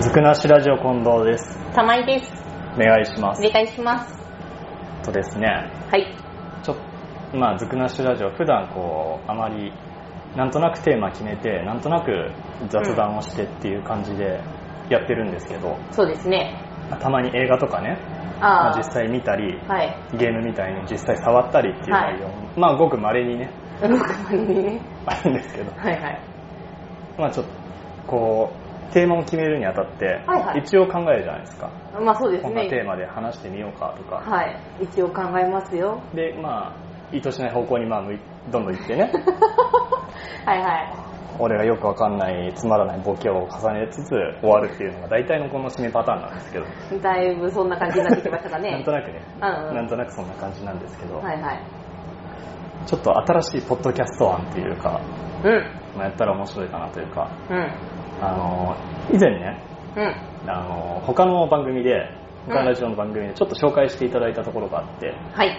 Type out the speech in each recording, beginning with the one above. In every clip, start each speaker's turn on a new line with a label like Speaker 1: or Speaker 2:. Speaker 1: 曲なしラジオ近藤です。
Speaker 2: 玉井です。
Speaker 1: お願いしま
Speaker 2: お
Speaker 1: す。
Speaker 2: 願いします。
Speaker 1: とですね、
Speaker 2: はい。
Speaker 1: ちょっと、まあ、ずくなしラジオ、普段こう、あまり、なんとなくテーマ決めて、なんとなく雑談をしてっていう感じでやってるんですけど、
Speaker 2: そうですね。
Speaker 1: まあたまに映画とかね、ま
Speaker 2: あ
Speaker 1: あ、実際見たり、
Speaker 2: あ。はい。
Speaker 1: ゲームみたいに実際触ったりっていう内容も、まあ、ごく稀にね、
Speaker 2: 動くまでにね。
Speaker 1: あるんですけど、
Speaker 2: はいはい。
Speaker 1: まあ、ちょっと、こう、テーマを決めるにあたって、
Speaker 2: はいはい
Speaker 1: 一応考えるじゃないですか。
Speaker 2: まあそうです
Speaker 1: こんなテー
Speaker 2: ね。
Speaker 1: マで話してみようかとか、
Speaker 2: はい。一応考えま すよ。
Speaker 1: でまあ意図しない方向にまあ向いどんどん行って ね
Speaker 2: はいはい。
Speaker 1: 俺がよくわかんないつまらないボケを重ねつつ終わるっていうのが大体のこの締めパターンなんですけど、
Speaker 2: だいぶそんな感じになってきましたか ね。
Speaker 1: なんとなくね、
Speaker 2: うんうん
Speaker 1: なんとなくそんな感じなんですけど、
Speaker 2: はいはい。
Speaker 1: ちょっと新しいポッドキャスト案っていうか、
Speaker 2: うん。
Speaker 1: まあ、やったら面白いかなというか
Speaker 2: うん。
Speaker 1: あの以前ね
Speaker 2: うん。
Speaker 1: あの他の番組で
Speaker 2: うん
Speaker 1: 他のラジオの番組でちょっと紹介していただいたところがあって
Speaker 2: はい。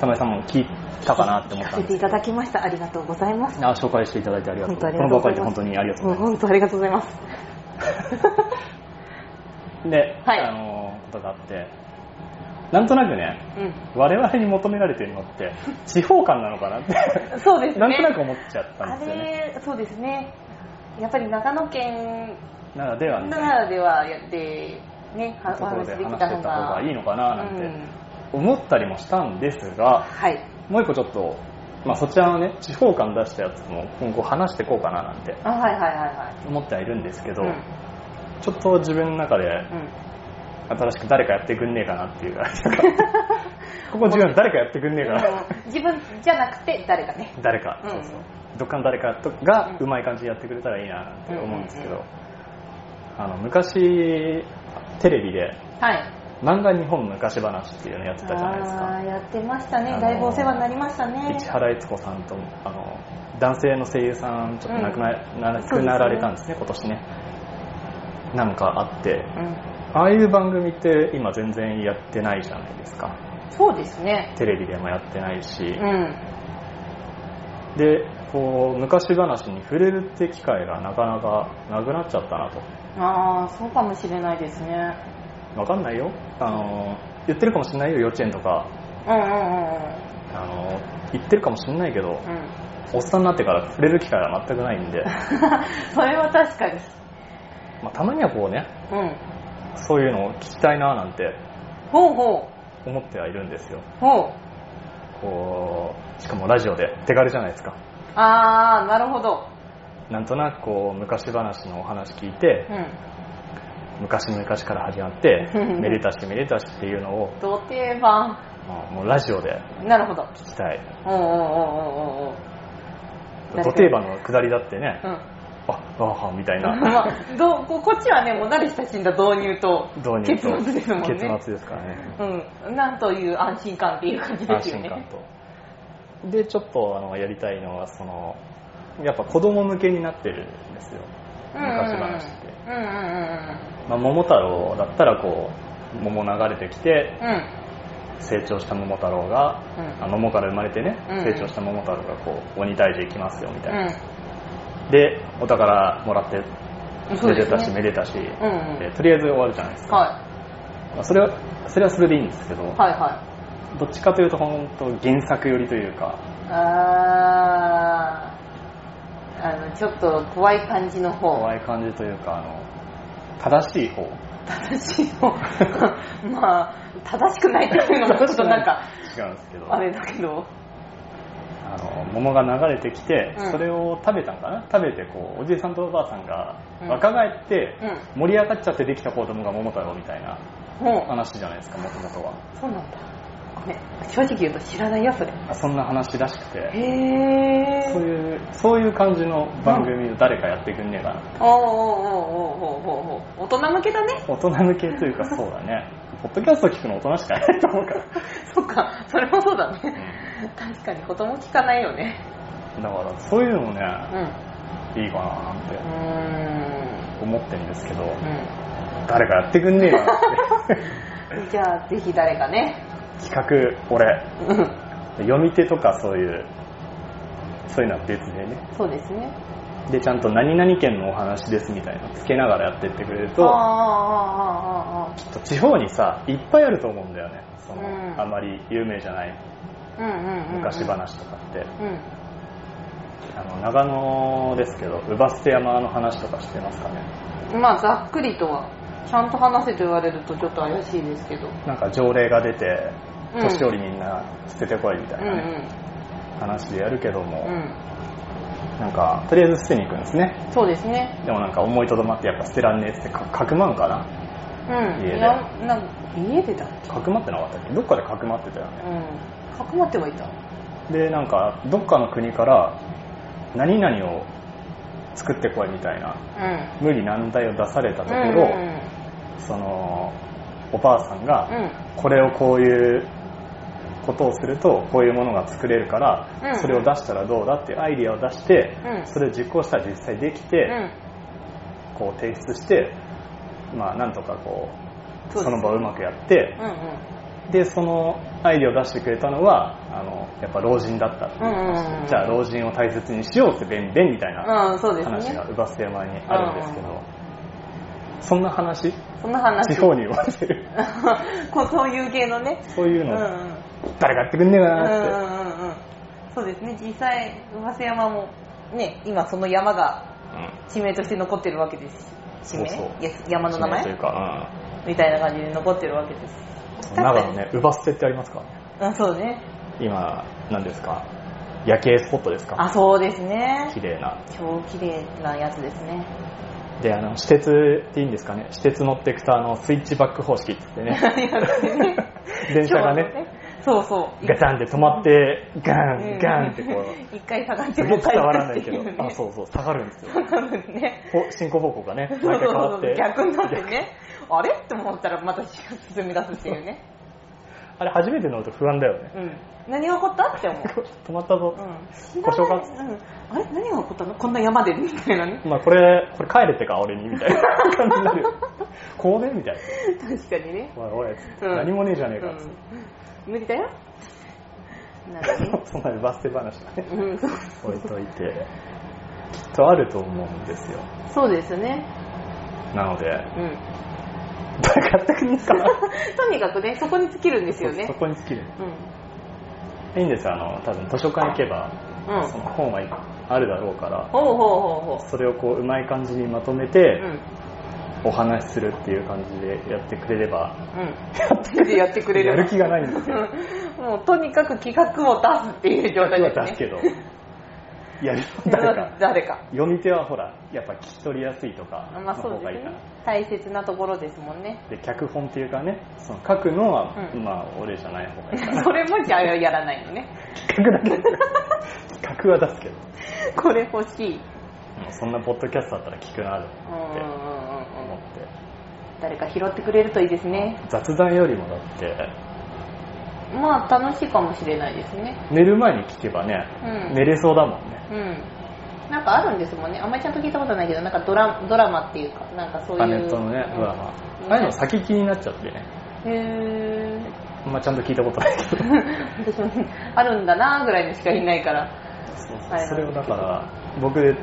Speaker 1: 田前さんも聞いたかなって思
Speaker 2: 聞
Speaker 1: った
Speaker 2: か
Speaker 1: んで
Speaker 2: せて
Speaker 1: す
Speaker 2: い
Speaker 1: け
Speaker 2: た
Speaker 1: ど
Speaker 2: だきました。ありがとうございます。
Speaker 1: あ紹介していただいてありがとう
Speaker 2: 本当あり
Speaker 1: こ
Speaker 2: が
Speaker 1: の
Speaker 2: と
Speaker 1: ば
Speaker 2: うご
Speaker 1: か
Speaker 2: ざ
Speaker 1: り
Speaker 2: います。
Speaker 1: で本当にありがとうございます
Speaker 2: も本当ありがとうございます。
Speaker 1: で、
Speaker 2: はい
Speaker 1: あのことがあってなんとなくね
Speaker 2: う
Speaker 1: 我々に求められてるの って地方感なのかなって
Speaker 2: ん。そうですね。
Speaker 1: なんとなく思っちゃった
Speaker 2: あ
Speaker 1: んですよね
Speaker 2: れ、そうですね。やっぱり長野県
Speaker 1: なのではみたい
Speaker 2: ならではやって、ね、は
Speaker 1: な
Speaker 2: お
Speaker 1: ところ
Speaker 2: 話
Speaker 1: で
Speaker 2: で
Speaker 1: 話
Speaker 2: き
Speaker 1: して
Speaker 2: た
Speaker 1: た
Speaker 2: の
Speaker 1: 方
Speaker 2: が。
Speaker 1: がいいのかななん
Speaker 2: う
Speaker 1: て
Speaker 2: ん
Speaker 1: 思ったりもしたんですが
Speaker 2: はい。
Speaker 1: もう一個ちょっと、まあ、そちらのね地方感出したやつも今後話していこうかななんて
Speaker 2: あ、はいはいはいはい。
Speaker 1: 思ってはいるんですけど、
Speaker 2: うんうん
Speaker 1: ちょっと自分の中で新しく誰かやってくんねえかなっ ていう感じがここ自分誰かやってくんねえかな
Speaker 2: 自分じゃなくて誰かね。
Speaker 1: 誰か、
Speaker 2: うん
Speaker 1: そうそうどっかの誰かとがう
Speaker 2: う
Speaker 1: んまい感じでやってくれたらいいなって思うんですけど、
Speaker 2: うんうん
Speaker 1: あの昔テレビで
Speaker 2: はい。
Speaker 1: 「漫画日本昔話」っていうのやってたじゃないです
Speaker 2: あ
Speaker 1: か
Speaker 2: ーやってました
Speaker 1: あの
Speaker 2: ね。
Speaker 1: ー
Speaker 2: だいぶお世話になりましたね。
Speaker 1: 市原悦子さんとあの男性の声優さんちょっと亡くな,、亡くなられたんですね今年ねなんかあって
Speaker 2: うん。
Speaker 1: ああいう番組って今全然やってないじゃないですか
Speaker 2: そうですね。
Speaker 1: テレビでもやってないし、
Speaker 2: うん。
Speaker 1: でこう昔話に触れるって機会がなかなかなくなっちゃったなと
Speaker 2: ああ、そうかもしれないですね。
Speaker 1: わかんないよあの言ってるかもしんないよ幼稚園とか
Speaker 2: うんうん
Speaker 1: あの言ってるかもしんないけど
Speaker 2: うんうん。うん。
Speaker 1: おっさんになってから触れる機会が全くないんで、
Speaker 2: それは確かに。
Speaker 1: まあ、たまにはこうね
Speaker 2: うん。
Speaker 1: そういうのを聞きたいななんて
Speaker 2: ほうほ
Speaker 1: 思ってはいるんですよ
Speaker 2: う。ほ
Speaker 1: こうしかもラジオで手軽じゃないですか
Speaker 2: う。ああ、なるほど。
Speaker 1: なんとなくこう昔話のお話聞いて
Speaker 2: うん。
Speaker 1: 昔々から始まってめでたしめでたしっていうのを、
Speaker 2: 土定番。
Speaker 1: まあもうラジオで
Speaker 2: なるほど。
Speaker 1: 聞きたい
Speaker 2: おうおうおうおうおうおう。
Speaker 1: ド定番の下りだってね、
Speaker 2: うん。
Speaker 1: あああみたいな
Speaker 2: まあ、どうここっちはねもう慣れ親しんだ導入と
Speaker 1: 導入と
Speaker 2: 結末ですもんね
Speaker 1: 結末ですからね
Speaker 2: うん、なんという安心感っていう感じで
Speaker 1: 安
Speaker 2: すよ
Speaker 1: 心
Speaker 2: ね
Speaker 1: 感とでちょっとあのやりたいのはそのやっぱ子供向けになってるんですよ昔話って、
Speaker 2: うんうん
Speaker 1: まあ、桃太郎だったらこう桃流れてきて
Speaker 2: うんうん
Speaker 1: 成長した桃太郎が、
Speaker 2: うん
Speaker 1: あ桃から生まれてね、
Speaker 2: うん
Speaker 1: 成長した桃太郎がこう鬼退治行きますよみたいな、
Speaker 2: う
Speaker 1: でお宝もらって
Speaker 2: んそう
Speaker 1: め
Speaker 2: で
Speaker 1: ですた
Speaker 2: ね
Speaker 1: しめでたし、
Speaker 2: んうん
Speaker 1: でとりあえず終わるじゃないですか、
Speaker 2: は
Speaker 1: まあそれはそれはそれでいいんですけど、
Speaker 2: いはいはい
Speaker 1: どっちかというと本当原作寄りというか
Speaker 2: あーあのちょっと怖い感じの方
Speaker 1: 怖い感じというかあの正しい方
Speaker 2: 正しい方 まあ正しく ないっていうのもちょっとなんか
Speaker 1: 違うんですけど
Speaker 2: あれだけど
Speaker 1: あの桃が流れてきて、
Speaker 2: うん
Speaker 1: それを食べたんかな食べてこうおじいさんとおばあさんが
Speaker 2: うん
Speaker 1: 若返って、
Speaker 2: う
Speaker 1: 盛り上がっちゃってできた子供が桃太郎みたいな
Speaker 2: もう
Speaker 1: 話じゃないですかもともとは
Speaker 2: そうなんだごめん正直言うと知らないよそれ
Speaker 1: あそんな話らしくて
Speaker 2: へえ
Speaker 1: そういうそういう感じの番組を誰かやってくんねえかな
Speaker 2: おーおーおーおーおーおーおー大人向けだね
Speaker 1: 大人向けというかそうだねポッドキャスト聞くの大人しかいないと思うから
Speaker 2: そっかそれもそうだね確かに子供聞かないよね
Speaker 1: だからそういうのもね、
Speaker 2: うんう
Speaker 1: いいかななんて
Speaker 2: ー
Speaker 1: 思ってるんですけど、
Speaker 2: ん
Speaker 1: 誰かやってくんねえかなって
Speaker 2: うんじゃあぜひ誰かね
Speaker 1: 企画俺
Speaker 2: うん
Speaker 1: 読み手とかそういうそういうのは別でね
Speaker 2: そうですね
Speaker 1: でちゃんと何々県のお話ですみたいなのつけながらやってってくれる
Speaker 2: ああ
Speaker 1: と
Speaker 2: ああああああ
Speaker 1: きっと地方にさいっぱいあると思うんだよねその、
Speaker 2: うん
Speaker 1: あまり有名じゃない
Speaker 2: うんうんうんうん
Speaker 1: 昔話とかって、
Speaker 2: うん
Speaker 1: あの長野ですけど姥捨山の話とかしてますかね
Speaker 2: まあざっくりとはちゃんと話せと言われるとちょっと怪しいですけど、
Speaker 1: なんか条例が出て
Speaker 2: うん
Speaker 1: 年寄りみんな捨ててこいみた
Speaker 2: う
Speaker 1: い
Speaker 2: んう
Speaker 1: な、
Speaker 2: ん
Speaker 1: ね話でやるけども、
Speaker 2: う
Speaker 1: なんかとりあえず捨てに行くんですね
Speaker 2: んそうですね
Speaker 1: でもなんか思いとどまってやっぱ捨てらんねえっつってかかくまんかな
Speaker 2: うん
Speaker 1: 家で
Speaker 2: いやなん家でだっけ
Speaker 1: かくまってなかったっけどっかでかくまってたよね
Speaker 2: うんかくまってはいた
Speaker 1: でなんかどっかの国から何々を作ってこいみたいな
Speaker 2: う
Speaker 1: 無理難題を出されたところ、
Speaker 2: う
Speaker 1: そのおばあさんが、
Speaker 2: んうん
Speaker 1: これをこういうことをするとこういうものが作れるから、
Speaker 2: うん
Speaker 1: それを出したらどうだっていうアイディアを出して、
Speaker 2: うん
Speaker 1: それを実行したら実際できて、こう提出してまあなんとかこう
Speaker 2: そう
Speaker 1: そ
Speaker 2: ですね
Speaker 1: の場をうまくやって
Speaker 2: うんうん
Speaker 1: でそのアイディアを出してくれたのはあのやっぱ老人だったっていう話
Speaker 2: うんうんうん
Speaker 1: じゃあ老人を大切にしようって便便みたいな
Speaker 2: うんうんそうです
Speaker 1: 話
Speaker 2: ね
Speaker 1: が姥捨山にあるんですけど、そんな話
Speaker 2: そんな話
Speaker 1: 地方に言われてる
Speaker 2: こうそういう系のね
Speaker 1: そういう
Speaker 2: うんう
Speaker 1: の、
Speaker 2: んうん
Speaker 1: 誰かやってくんねえか
Speaker 2: うん
Speaker 1: な
Speaker 2: う
Speaker 1: って。
Speaker 2: んうんそうですね実際馬瀬山もね今その山が地名として残ってるわけですし地名
Speaker 1: そうそう
Speaker 2: いや山の名
Speaker 1: 地という
Speaker 2: 前
Speaker 1: か、
Speaker 2: みたいな感じで残ってるわけです
Speaker 1: うん、長野ね、姥捨てってありますか
Speaker 2: うんそうね
Speaker 1: 今、何ですか夜景スポットです
Speaker 2: あ
Speaker 1: か
Speaker 2: そうですね
Speaker 1: 綺麗な。
Speaker 2: 超綺麗なやつですね
Speaker 1: で、あの、私鉄っていいんですかね私鉄乗ってくと、あの、スイッチバック方式って言って ね、電車がね、
Speaker 2: そうそう
Speaker 1: ガタンって止まって、ガン、ガンって こう、
Speaker 2: う一回下がって
Speaker 1: すげえ伝わらないけど、 あ、
Speaker 2: う
Speaker 1: そうそう、下がるんですよ。
Speaker 2: ね
Speaker 1: ほ進行方向がね、毎回変わって。
Speaker 2: 逆になってねあれって思ったらまた進み出すっていうね、
Speaker 1: あれ、初めて乗ると不安だよね。
Speaker 2: うん、何が起こったって思う、
Speaker 1: 止まったぞ。
Speaker 2: うん、
Speaker 1: 故障が
Speaker 2: 知らないうん、あれ何が起こったのこんな山でみたいなね
Speaker 1: まあ、これ、これ帰れってか、俺に、みたいな感じにな るよ。こうねみたいな。
Speaker 2: 確かにね、
Speaker 1: おいおい、
Speaker 2: うん
Speaker 1: 何もねえじゃねえかっつって、
Speaker 2: うん、無理だよなるほどね
Speaker 1: そんなバステ話だね
Speaker 2: うんそう
Speaker 1: 置いといてきっとあると思うんですよ
Speaker 2: そうですね、
Speaker 1: なので
Speaker 2: うん、
Speaker 1: 誰かやってくんですか
Speaker 2: とにかくねそこに尽きるんですよね
Speaker 1: そこに尽きる
Speaker 2: うん
Speaker 1: いいんですよあの多分図書館行けば、
Speaker 2: うん
Speaker 1: その本はあるだろうから
Speaker 2: ほうほうほうほ
Speaker 1: それをこううまい感じにまとめ
Speaker 2: うう
Speaker 1: て、
Speaker 2: ん
Speaker 1: お話しするっていう感じでやってくれれば
Speaker 2: うん、でやってくれる
Speaker 1: やる気がないんですよ
Speaker 2: うんもうとにかく企画を出すっていう状態
Speaker 1: は
Speaker 2: です
Speaker 1: 出すけ
Speaker 2: ね
Speaker 1: どやる誰か
Speaker 2: 誰か
Speaker 1: 読み手はほらやっぱ聞き取りやすいとか
Speaker 2: ま
Speaker 1: の
Speaker 2: あそ
Speaker 1: 方
Speaker 2: うです
Speaker 1: がいいかな、
Speaker 2: ね大切なところですもんね
Speaker 1: で脚本っていうかねその書くのは、
Speaker 2: うん
Speaker 1: まあ俺じゃない方がいいかな
Speaker 2: それもじゃあやらないのね
Speaker 1: 企画 だけ企画は出すけど
Speaker 2: これ欲しいうん
Speaker 1: もうそんなポッドキャストだったら聞くなと
Speaker 2: うんうんうん
Speaker 1: 思っ
Speaker 2: うん
Speaker 1: て
Speaker 2: 誰か拾ってくれるといいですね
Speaker 1: 雑談よりもだって
Speaker 2: まあ楽しいかもしれないですね
Speaker 1: 寝る前に聞けばね、
Speaker 2: うん
Speaker 1: 寝れそうだもんね
Speaker 2: うんなんかあるんですもんねあんまりちゃんと聞いたことないけどなんかドラドラマっていうかなんかそういう
Speaker 1: ネットのねドラマああいうの先気になっちゃってね
Speaker 2: うんへー
Speaker 1: あんまちゃんと聞いたことない けど
Speaker 2: 私もあるんだなぐらいにしかいないから
Speaker 1: そうそう
Speaker 2: はい
Speaker 1: それをだから僕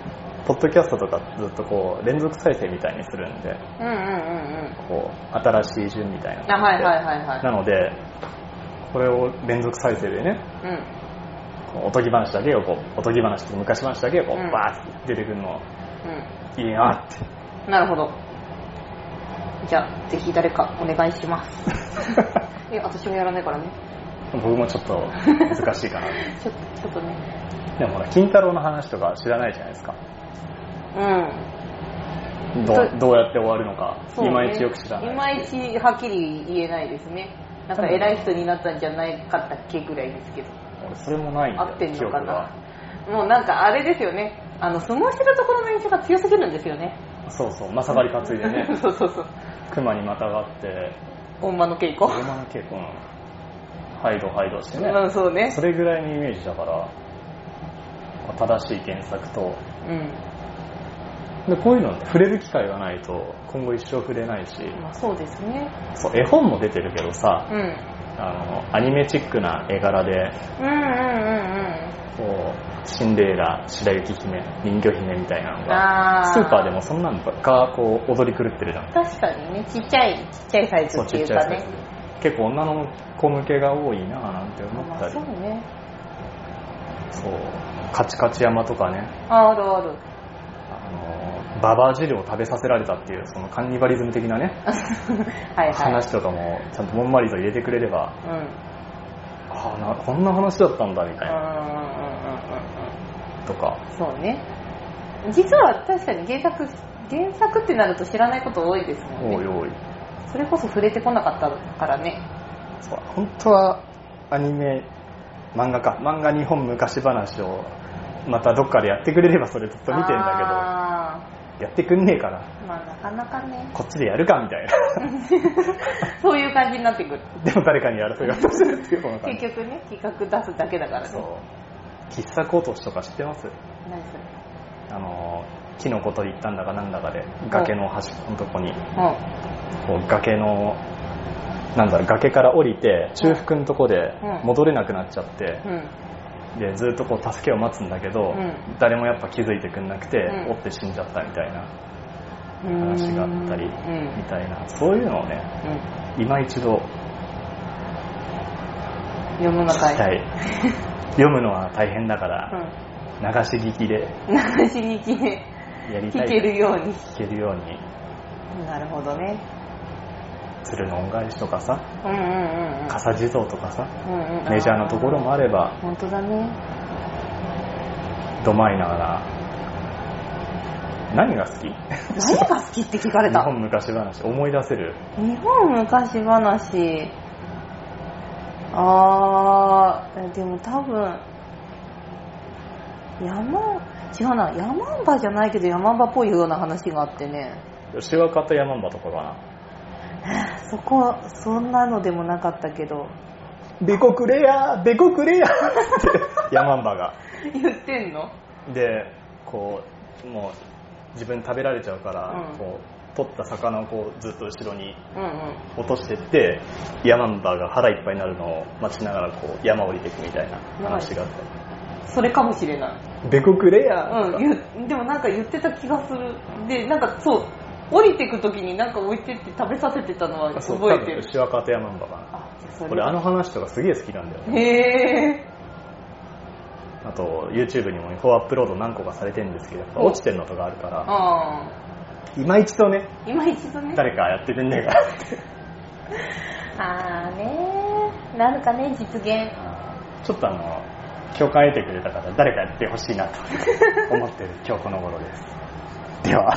Speaker 1: ポッドキャストとかずっとこう連続再生みたいにするんで
Speaker 2: うんうんうんうん
Speaker 1: こう新しい順みたいなの
Speaker 2: あ
Speaker 1: があっ
Speaker 2: はい
Speaker 1: て
Speaker 2: はいはいは
Speaker 1: なのでこれを連続再生でね
Speaker 2: いうん
Speaker 1: こうおとぎ話だけをこうおとぎ話と昔話だけをこう、
Speaker 2: うん
Speaker 1: バーって出てくるのいいなっ て
Speaker 2: うんなるほどじゃあぜひ誰かお願いしますえ私もやらないからね
Speaker 1: 僕もちょっと難しいかな
Speaker 2: ちょっとちょっとね
Speaker 1: でもほら金太郎の話とか知らないじゃないですか
Speaker 2: うん
Speaker 1: ど
Speaker 2: そう
Speaker 1: うどうやって終わるのか、
Speaker 2: そうね
Speaker 1: いまいちよく知らない
Speaker 2: いまいちはっきり言えないですねなんか偉い人になったんじゃないかったっけぐらいですけど
Speaker 1: 俺それもないんだよ
Speaker 2: 合ってん
Speaker 1: 記
Speaker 2: のか
Speaker 1: 憶
Speaker 2: な
Speaker 1: が
Speaker 2: もうなんかあれですよねあの相撲してるところの印象が強すぎるんですよね
Speaker 1: そうそうまさばり担いでね
Speaker 2: そうそうそう
Speaker 1: 熊にまたがって
Speaker 2: 本間の稽古
Speaker 1: 車の結構ハイドハイドしてね
Speaker 2: うん、そうね
Speaker 1: そ。れぐらいのイメージだから正しい原作と
Speaker 2: うん。
Speaker 1: でこういうのって触れる機会がないと今後一生触れないし
Speaker 2: まあ、そうですね。
Speaker 1: そう絵本も出てるけど
Speaker 2: う
Speaker 1: さ
Speaker 2: ん。うんうん
Speaker 1: あのアニメチックな絵柄で
Speaker 2: うんうんうん。
Speaker 1: こうシンデレラ白雪姫人魚姫みたいなの
Speaker 2: あ
Speaker 1: が
Speaker 2: ー
Speaker 1: スーパーでもそんなのばっかこう踊り狂ってるじゃん
Speaker 2: 確かにね、ちっちゃい、ちっちゃいサイズ
Speaker 1: そう
Speaker 2: って
Speaker 1: ち
Speaker 2: い
Speaker 1: っ
Speaker 2: う
Speaker 1: ちゃい
Speaker 2: か
Speaker 1: サイ
Speaker 2: ね
Speaker 1: ズ。結構女の子向けが多いなぁなんて思っ
Speaker 2: ま
Speaker 1: た
Speaker 2: あ
Speaker 1: り
Speaker 2: そうね。
Speaker 1: そうカチカチ山とかね
Speaker 2: あるある。
Speaker 1: あのババア汁を食べさせられたっていうそのカンニバリズム的なね
Speaker 2: はいはい。
Speaker 1: 話とかもちゃんともんまりと入れてくれれば
Speaker 2: うん。うんうんうん
Speaker 1: ああなこんな話だったんだみたいな
Speaker 2: うんうん。
Speaker 1: とか
Speaker 2: そうね。実は確かに原作、原作ってなると知らないこと多いですもんね。
Speaker 1: おいおい
Speaker 2: それこそ触れてこなかったからね。
Speaker 1: そう本当はアニメ漫画か漫画日本昔話をまたどっかでやってくれればそれずっと見てんだ
Speaker 2: あ
Speaker 1: けどやってくんねえから
Speaker 2: ーまあなかな かね。
Speaker 1: こっちでやるかみたいな
Speaker 2: そういう感じになってくる。
Speaker 1: でも誰かにやらせようとするっていうこの感
Speaker 2: 結
Speaker 1: じ
Speaker 2: 局ね、企画出すだけだからね。
Speaker 1: そう喫茶コートとか知ってます
Speaker 2: 何それ。
Speaker 1: あのキノコ取り行ったんだかなんだかで崖の端っこのとこに
Speaker 2: う
Speaker 1: こう崖のなんだろう崖から降りて中腹のとこで
Speaker 2: うん
Speaker 1: 戻れなくなっちゃって、
Speaker 2: ん。うん。
Speaker 1: でずっとこう助けを待つんだけど、
Speaker 2: うん
Speaker 1: 誰もやっぱ気づいてくんなくて、
Speaker 2: うん
Speaker 1: 追って死んじゃったみたいな
Speaker 2: 話
Speaker 1: 話があったり
Speaker 2: うんうん
Speaker 1: みたいなそういうのをね今一度
Speaker 2: 世
Speaker 1: 聞き
Speaker 2: の中
Speaker 1: た
Speaker 2: へ、
Speaker 1: い読むのは大変だから
Speaker 2: う
Speaker 1: 流し聞きで
Speaker 2: ん、流し聞きで
Speaker 1: やりた
Speaker 2: 聞
Speaker 1: い
Speaker 2: けるように
Speaker 1: 聞けるように
Speaker 2: なるほどね
Speaker 1: 鶴の恩返しとかさ
Speaker 2: うんうんうんうん
Speaker 1: 笠地蔵とかさ
Speaker 2: うんうん
Speaker 1: メジャーなところもあれば
Speaker 2: 本当だね
Speaker 1: ドマイナーな何が好き
Speaker 2: 何が好きって聞かれ
Speaker 1: 日
Speaker 2: た
Speaker 1: 本昔話思い出せる
Speaker 2: 日本昔話あーでも多分山違うな山んばじゃないけど山んばっぽいような話があってね
Speaker 1: 吉若と山馬とかかな
Speaker 2: そこそんなのでもなかったけど
Speaker 1: ベコくれやベコくれやって 山馬が
Speaker 2: 言ってんの
Speaker 1: でこうもう自分食べられちゃうから、
Speaker 2: うん
Speaker 1: こう取った魚をこうずっと後ろに
Speaker 2: うんうん
Speaker 1: 落としてって山んばが腹いっぱいになるのを待ちながらこう山降りていくみたいな話があっ
Speaker 2: それかもしれない。
Speaker 1: たベコくれや
Speaker 2: うん、言うでもなんか言ってた気がする。で、なんかそう、降りてく時になんか置いてって食べさせてたのは
Speaker 1: そう
Speaker 2: 覚えて
Speaker 1: 多
Speaker 2: る
Speaker 1: 分。牛若と山んばかな
Speaker 2: あ、じゃあそれ
Speaker 1: 俺あの話とかすげえ好きなんだよね
Speaker 2: へえ。
Speaker 1: あと YouTube にもフォアアップロード何個かされてるんですけどやっぱ
Speaker 2: うん
Speaker 1: 落ちてるのとかあるから
Speaker 2: あ
Speaker 1: 今一度ね
Speaker 2: あ。今一度ね。
Speaker 1: 誰かやってくんねえかなって
Speaker 2: ああねー。なるかね、実現。
Speaker 1: ちょっとあの共感得てくれた方誰かやってほしいなと思ってる今日この頃ですでは